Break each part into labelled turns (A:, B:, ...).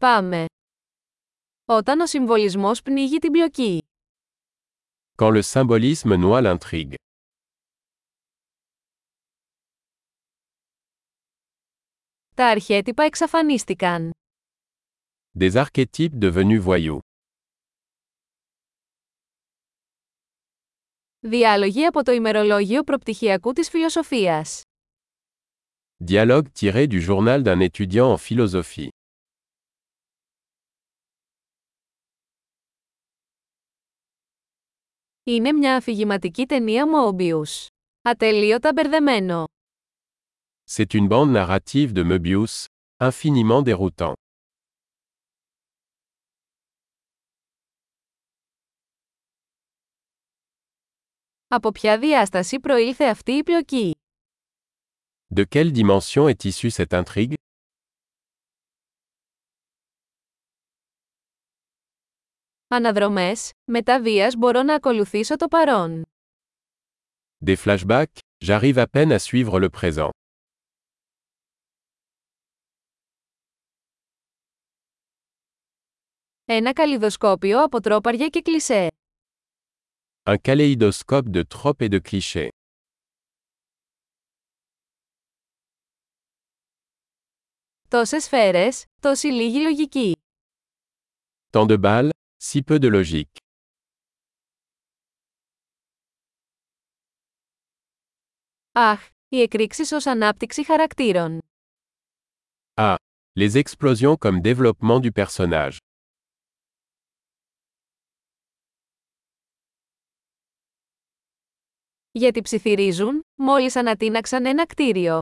A: Πάμε. Όταν ο συμβολισμός πνίγει την πλοκή.
B: Quand le symbolisme noie l'intrigue.
A: Τα αρχέτυπα εξαφανίστηκαν.
B: Des archétypes devenus voyous.
A: Διάλογοι από το ημερολόγιο προπτυχιακού της φιλοσοφίας.
B: Dialogue tiré du journal d'un étudiant en philosophie.
A: Είναι μια αφηγηματική ταινία Moebius. Ατελείωτα μπερδεμένο.
B: C'est une bande narrative de Möbius, infiniment déroutant.
A: Από ποια διάσταση προήλθε αυτή η πλοκή.
B: De quelle dimension est issue cette intrigue
A: Αναδρομές, μετά βίας μπορώ να ακολουθήσω το παρόν.
B: Des flashbacks, j'arrive à peine à suivre le présent.
A: Ένα καλλιδοσκόπιο από τρόπαρια και κλισέ.
B: Un kaléidoscope de tropes et de clichés.
A: Τόσες σφαίρες, τόση λίγη λογική.
B: Tant de balles, si peu de logique.
A: Αχ, οι εκρήξεις ως ανάπτυξη χαρακτήρων.
B: Les explosions comme développement du personnage.
A: Γιατί ψιθυρίζουν, μόλις ανατείναξαν ένα κτίριο.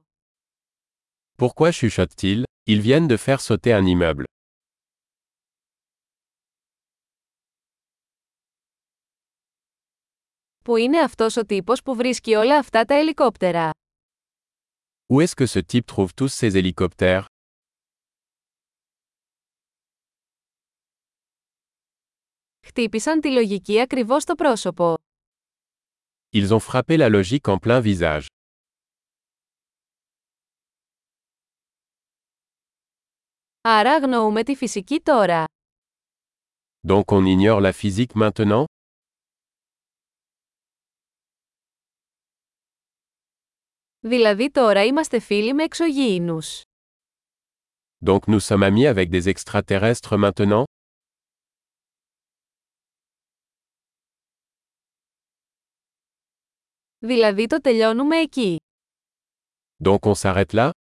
B: Pourquoi chuchotent-ils Ils viennent de faire sauter un immeuble.
A: Πού είναι αυτός ο τύπος που βρίσκει όλα αυτά τα ελικόπτερα.
B: Où est-ce que ce type trouve tous ces hélicoptères
A: Χτύπησαν τη λογική ακριβώς στο πρόσωπο.
B: Ils ont frappé la logique en plein visage.
A: Άρα αγνοούμε τη φυσική τώρα.
B: Donc on ignore la physique maintenant
A: Δηλαδή τώρα είμαστε φίλοι με εξωγήινους.
B: Donc nous sommes amis avec des extraterrestres maintenant
A: Δηλαδή το τελειώνουμε εκεί.
B: Donc on s'arrête là